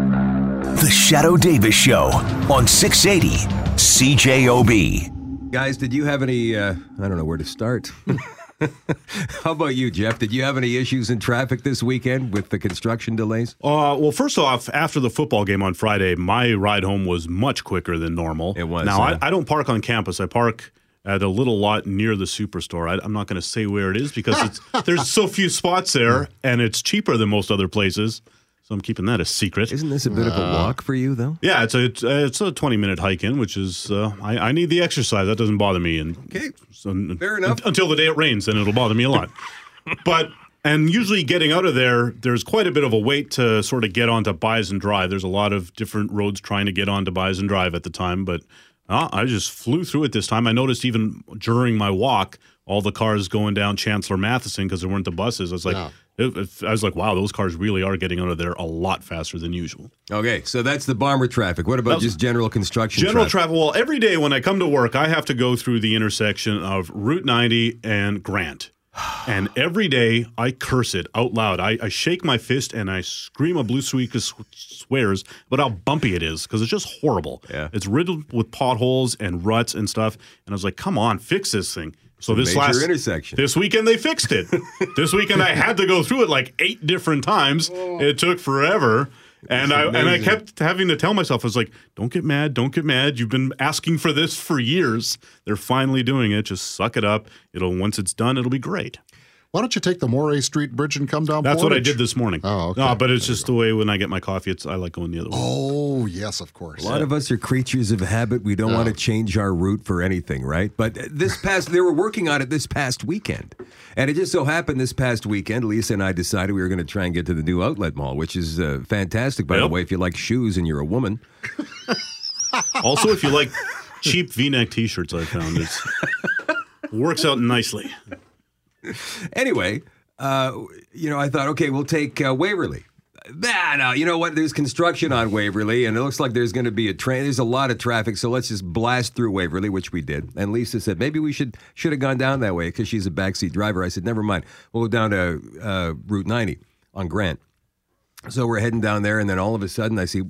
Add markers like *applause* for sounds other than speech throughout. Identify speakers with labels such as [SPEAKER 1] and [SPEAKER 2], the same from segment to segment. [SPEAKER 1] The Shadow Davis Show on 680 CJOB.
[SPEAKER 2] Guys, did you have any? Uh, I don't know where to start. *laughs* How about you, Jeff? Did you have any issues in traffic this weekend with the construction delays?
[SPEAKER 3] Uh, well, first off, after the football game on Friday, my ride home was much quicker than normal.
[SPEAKER 2] It was,
[SPEAKER 3] Now,
[SPEAKER 2] huh?
[SPEAKER 3] I, I don't park on campus. I park at a little lot near the superstore. I, I'm not going to say where it is because
[SPEAKER 2] *laughs*
[SPEAKER 3] it's, there's so few spots there, and it's cheaper than most other places. So I'm keeping that a secret.
[SPEAKER 2] Isn't this a bit of
[SPEAKER 3] Uh,
[SPEAKER 2] a walk for you, though?
[SPEAKER 3] yeah, it's a it's a, it's a 20 minute hike in, which is uh, I, I need the exercise. That doesn't bother me. And
[SPEAKER 2] Okay.
[SPEAKER 3] so,
[SPEAKER 2] Fair enough.
[SPEAKER 3] until the day it rains, then it'll bother me a
[SPEAKER 2] *laughs*
[SPEAKER 3] lot. but and usually getting out of there, there's quite a bit of a wait to sort of get onto Bison Drive. There's a lot of different roads trying to get onto Bison Drive at the time, but uh, I just flew through it this time. I noticed even during my walk, all the cars going down Chancellor Matheson because there weren't the buses. I was like, it- it- I was like, wow, those cars really are getting out of there a lot faster than usual.
[SPEAKER 2] Okay, so that's the bomber traffic. What about
[SPEAKER 3] That-
[SPEAKER 2] just general construction?
[SPEAKER 3] General
[SPEAKER 2] traffic?
[SPEAKER 3] travel. Well, every day when I come to work, I have to go through the intersection of Route 90 and Grant. *sighs* And every day I curse it out loud. I, I shake my fist and I scream a blue squeak sw- swears about how bumpy it is because it's just horrible.
[SPEAKER 2] Yeah.
[SPEAKER 3] It's riddled with potholes and ruts and stuff. And I was like, come on, fix this thing. So this
[SPEAKER 2] major
[SPEAKER 3] last
[SPEAKER 2] intersection.
[SPEAKER 3] this weekend they fixed
[SPEAKER 4] *laughs*
[SPEAKER 3] it. this weekend I had to go through it like eight different times.
[SPEAKER 4] Oh.
[SPEAKER 3] It took forever. And I and I
[SPEAKER 2] amazing.
[SPEAKER 3] kept having to tell myself, I was like, don't get mad, don't get mad. You've been asking for this for years. They're finally doing it. Just suck it up. It'll once it's done, it'll be great.
[SPEAKER 4] Why don't you take the Moray Street Bridge and come down?
[SPEAKER 3] That's what I
[SPEAKER 4] Portage?
[SPEAKER 3] did this morning.
[SPEAKER 4] Oh, okay.
[SPEAKER 3] No, but it's just the way when I get my coffee, it's I like going the other way.
[SPEAKER 4] Oh yes, of course.
[SPEAKER 2] A lot of us are creatures of habit. We don't want to change our route for anything, right? But this past, they were working on it this past weekend. And it just so happened this past weekend, Lisa and I decided we were going to try and get to the new outlet mall, which is uh, fantastic, by the
[SPEAKER 3] Yep.
[SPEAKER 2] way, if you like shoes and you're a woman.
[SPEAKER 3] Also, if you like cheap V-neck T-shirts, I found it works out nicely.
[SPEAKER 2] Anyway, uh, you know, I thought, okay, we'll take uh, Waverly. Nah, no, you know what? There's construction on Waverly, and it looks like there's going to be a train. There's a lot of traffic, so let's just blast through Waverly, which we did. And Lisa said maybe we should should have gone down that way because she's a backseat driver. I said never mind. We'll go down to uh, Route 90 on Grant. So we're heading down there, and then all of a sudden, I see,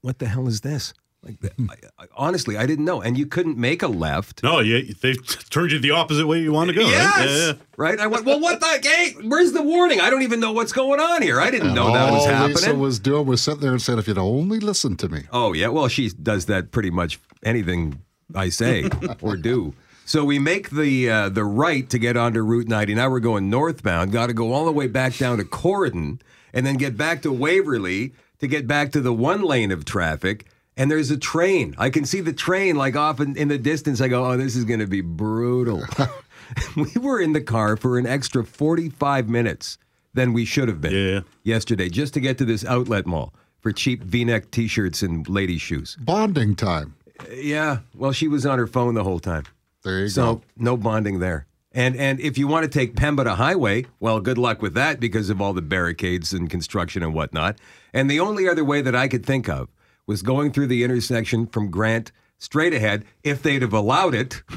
[SPEAKER 2] what the hell is this? Like, I, I, honestly, I didn't know. And you couldn't make a left.
[SPEAKER 3] No, yeah, they turned you the opposite way you want to go. Right? *laughs* Yeah, yeah.
[SPEAKER 2] Yes. Right? I went, well, what the? Hey, where's the warning? I don't even know what's going on here. I didn't know that
[SPEAKER 3] Oh,
[SPEAKER 2] was
[SPEAKER 4] All
[SPEAKER 2] happening.
[SPEAKER 4] Lisa was doing was sitting there and said, "If you'd only listened to me."
[SPEAKER 2] oh, yeah. Well, she does that pretty much anything I
[SPEAKER 3] *laughs*
[SPEAKER 2] say or do. So we make the uh, the right to get onto Route 90. Now we're going northbound. Got to go all the way back down to Corridon and then get back to Waverly to get back to the one lane of traffic. And there's a train. I can see the train like off in, in the distance. I go, oh, this is going to be
[SPEAKER 3] *laughs*
[SPEAKER 2] brutal. *laughs* we were in the car for an extra 45 minutes than we should have been
[SPEAKER 3] Yeah.
[SPEAKER 2] yesterday just to get to this outlet mall for cheap v-neck t-shirts and lady shoes
[SPEAKER 4] Bonding time.
[SPEAKER 2] yeah well she was on her phone the whole time
[SPEAKER 4] There you
[SPEAKER 2] so
[SPEAKER 4] go.
[SPEAKER 2] no bonding there and and if you want to take pemba to highway well good luck with that because of all the barricades and construction and whatnot and the only other way that i could think of was going through the intersection from grant straight ahead if they'd have allowed it *laughs*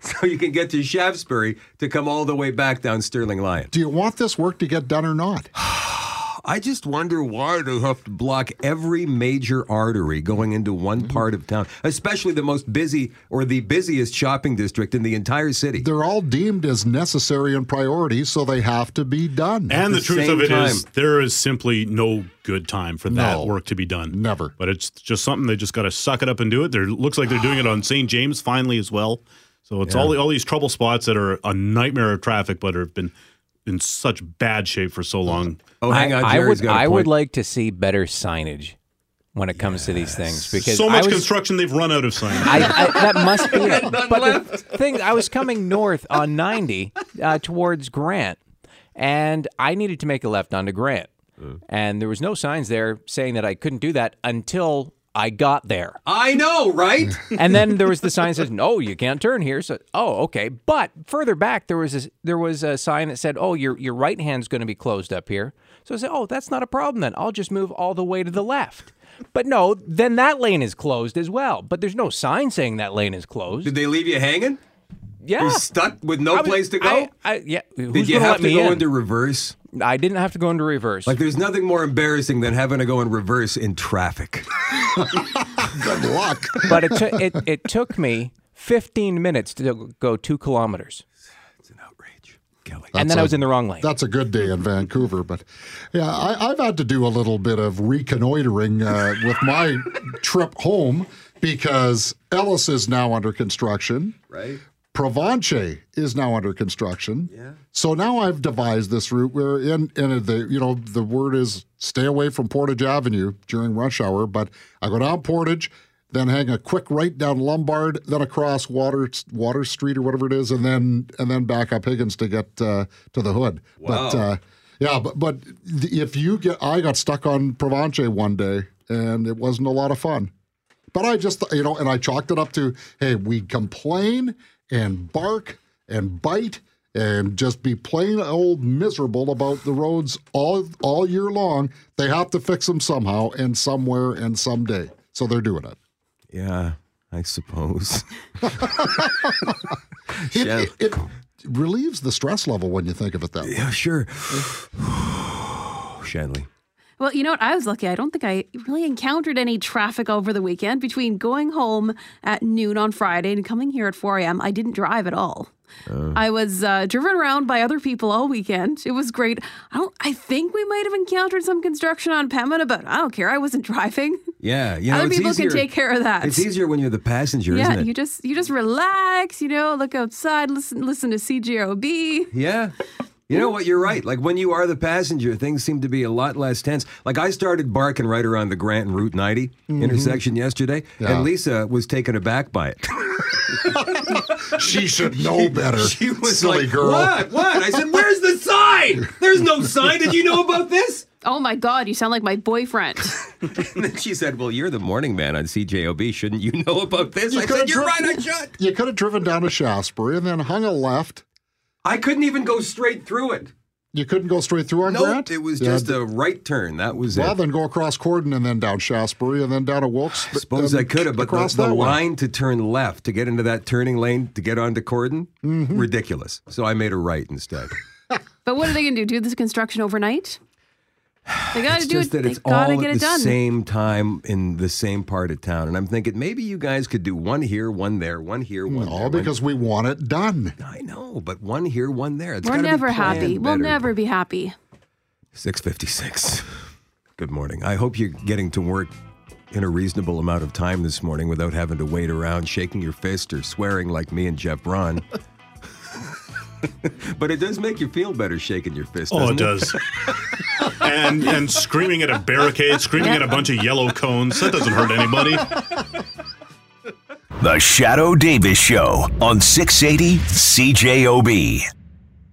[SPEAKER 2] so you can get to shaftesbury to come all the way back down sterling lion
[SPEAKER 4] Do you want this work to get done or not?
[SPEAKER 2] I just wonder why they have to block every major artery going into one part of town, especially the most busy or the busiest shopping district in the entire city.
[SPEAKER 4] They're all deemed as necessary and priority, so they have to be done.
[SPEAKER 3] And the,
[SPEAKER 2] the
[SPEAKER 3] truth
[SPEAKER 2] same
[SPEAKER 3] of it is,
[SPEAKER 2] time.
[SPEAKER 3] there is simply no good time for that
[SPEAKER 4] No.
[SPEAKER 3] work to be done.
[SPEAKER 4] Never.
[SPEAKER 3] But it's just something they just got to suck it up and do it. There looks like they're doing it on St. James finally as well. So it's all all these trouble spots that are a nightmare of traffic, but have been in such bad shape for so long.
[SPEAKER 2] Oh, hang on,
[SPEAKER 5] I, I
[SPEAKER 2] Jerry's
[SPEAKER 5] would
[SPEAKER 2] got a
[SPEAKER 5] I
[SPEAKER 2] point.
[SPEAKER 5] would like to see better signage when it comes to these things because
[SPEAKER 3] so much
[SPEAKER 5] I was,
[SPEAKER 3] construction they've run out of signs.
[SPEAKER 5] I, I,
[SPEAKER 3] *laughs*
[SPEAKER 5] that must be it. But the thing, I was coming north on 90 uh, towards Grant, and I needed to make a left onto Grant.
[SPEAKER 2] Mm.
[SPEAKER 5] And there was no signs there saying that I couldn't do that until I got there.
[SPEAKER 2] I know, right?
[SPEAKER 5] And then there was the sign that says, "No, you can't turn here." So, oh, okay. But further back, there was a, there was a sign that said, "Oh, your your right hand's going to be closed up here." So I said, "Oh, that's not a problem then. I'll just move all the way to the left." But no, then that lane is closed as well. But there's no sign saying that lane is closed.
[SPEAKER 2] Did they leave you hanging?
[SPEAKER 5] Yeah,
[SPEAKER 2] You're stuck with no
[SPEAKER 5] Ah. I was-
[SPEAKER 2] place to go?
[SPEAKER 5] I, I, yeah, who's
[SPEAKER 2] Did you
[SPEAKER 5] gonna
[SPEAKER 2] have to
[SPEAKER 5] let me
[SPEAKER 2] go
[SPEAKER 5] in?
[SPEAKER 2] into reverse?
[SPEAKER 5] I didn't have to go into reverse.
[SPEAKER 2] Like, there's nothing more embarrassing than having to go in reverse in traffic.
[SPEAKER 4] Good
[SPEAKER 3] *laughs*
[SPEAKER 4] luck.
[SPEAKER 5] but it, took it, it took me 15 minutes to go two kilometers.
[SPEAKER 2] *laughs* It's an outrage, Kelly.
[SPEAKER 5] and then I was in the wrong lane.
[SPEAKER 4] That's a good day in Vancouver, but yeah, I, I've had to do a little bit of reconnoitering uh, with my trip home because Ellis is now under construction.
[SPEAKER 2] right?
[SPEAKER 4] Provence is now under construction. Yeah. So now I've devised this route where in in the you know the word is stay away from Portage Avenue during rush hour, but I go down Portage, then hang a quick right down Lombard, then across Water Water Street or whatever it is, and then and then back up Higgins to get uh, to the hood. But uh, yeah, but but the- if you get, I got stuck on Provence one day, and it wasn't a lot of fun. But I just, you know, and I chalked it up to, hey, we complain and bark and bite and just be plain old miserable about the roads all all year long. They have to fix them somehow and somewhere and someday. So they're doing it.
[SPEAKER 2] Yeah, I suppose.
[SPEAKER 4] It, it, it relieves the stress level when you think of it that
[SPEAKER 2] *laughs*
[SPEAKER 4] way.
[SPEAKER 2] yeah, sure. *sighs* Shanley.
[SPEAKER 6] Well, you know what? I was lucky. I don't think I really encountered any traffic over the weekend between going home at noon on Friday and coming here at 4 a.m. I didn't drive at all. I was uh, driven around by other people all weekend. It was great. I don't. I think we might have encountered some construction on Pemina, but I don't care. I wasn't driving.
[SPEAKER 2] Yeah, you know,
[SPEAKER 6] other
[SPEAKER 2] it's
[SPEAKER 6] people
[SPEAKER 2] easier.
[SPEAKER 6] can take care of that.
[SPEAKER 2] It's easier when you're the passenger,
[SPEAKER 6] yeah,
[SPEAKER 2] isn't it?
[SPEAKER 6] you just you just relax. You know, look outside, listen listen to CGOB.
[SPEAKER 2] Yeah. You know what? You're right. Like when you are the passenger, things seem to be a lot less tense. Like I started barking right around the Grant and Route 90 intersection yesterday,
[SPEAKER 4] Mm-hmm. Yeah.
[SPEAKER 2] and Lisa was taken aback by
[SPEAKER 4] *laughs*
[SPEAKER 2] it.
[SPEAKER 4] She should *laughs* know
[SPEAKER 2] *laughs*
[SPEAKER 4] better.
[SPEAKER 2] She was
[SPEAKER 4] Silly
[SPEAKER 2] like,
[SPEAKER 4] girl.
[SPEAKER 2] "What? What?" I said, "Where's the sign? There's no sign. Did you know about this?" *laughs*
[SPEAKER 6] Oh my God, you sound like my boyfriend. *laughs*
[SPEAKER 2] And then she said, "Well, you're the morning man on CJOB. Shouldn't you know about this?" I
[SPEAKER 4] could've
[SPEAKER 2] said, "You're
[SPEAKER 4] dri-
[SPEAKER 2] right. I should."
[SPEAKER 4] You could have driven down to Shaftesbury and then hung a left.
[SPEAKER 2] I couldn't even go straight through it.
[SPEAKER 4] You couldn't go straight through on
[SPEAKER 2] No,
[SPEAKER 4] Grant.
[SPEAKER 2] it was
[SPEAKER 4] Yeah,
[SPEAKER 2] just a right turn. That was
[SPEAKER 4] Well,
[SPEAKER 2] it.
[SPEAKER 4] then go across Corden and then down Shaftesbury and then down to Wilkes. Um,
[SPEAKER 2] I suppose I could have, but the,
[SPEAKER 4] across
[SPEAKER 2] the
[SPEAKER 4] that way.
[SPEAKER 2] line to turn left to get into that turning lane to get onto Corden,
[SPEAKER 6] Mm-hmm.
[SPEAKER 2] ridiculous. So I made a right instead.
[SPEAKER 6] *laughs* But what are they going to do? Do this construction overnight? They got
[SPEAKER 2] it's
[SPEAKER 6] to do
[SPEAKER 2] just
[SPEAKER 6] it.
[SPEAKER 2] that
[SPEAKER 6] They
[SPEAKER 2] it's all
[SPEAKER 6] gotta
[SPEAKER 2] at
[SPEAKER 6] get
[SPEAKER 2] the
[SPEAKER 6] it done.
[SPEAKER 2] same time in the same part of town, and I'm thinking maybe you guys could do one here, one there, one here,
[SPEAKER 6] Mm,
[SPEAKER 2] one there.
[SPEAKER 4] All
[SPEAKER 2] one-
[SPEAKER 4] because we want it done.
[SPEAKER 2] I know, but one here, one there. It's
[SPEAKER 6] We're
[SPEAKER 2] gotta be
[SPEAKER 6] never happy.
[SPEAKER 2] planned
[SPEAKER 6] We'll
[SPEAKER 2] better.
[SPEAKER 6] never be happy.
[SPEAKER 2] 656. Good morning. I hope you're getting to work in a reasonable amount of time this morning without having to wait around shaking your fist or swearing like me and Jeff Braun. *laughs* but it does make you feel better shaking your fist.
[SPEAKER 3] Oh,
[SPEAKER 2] doesn't
[SPEAKER 3] it does. and and screaming at a barricade, screaming at a bunch of yellow cones. That doesn't hurt anybody.
[SPEAKER 1] The Shadow Davis Show on 680 CJOB.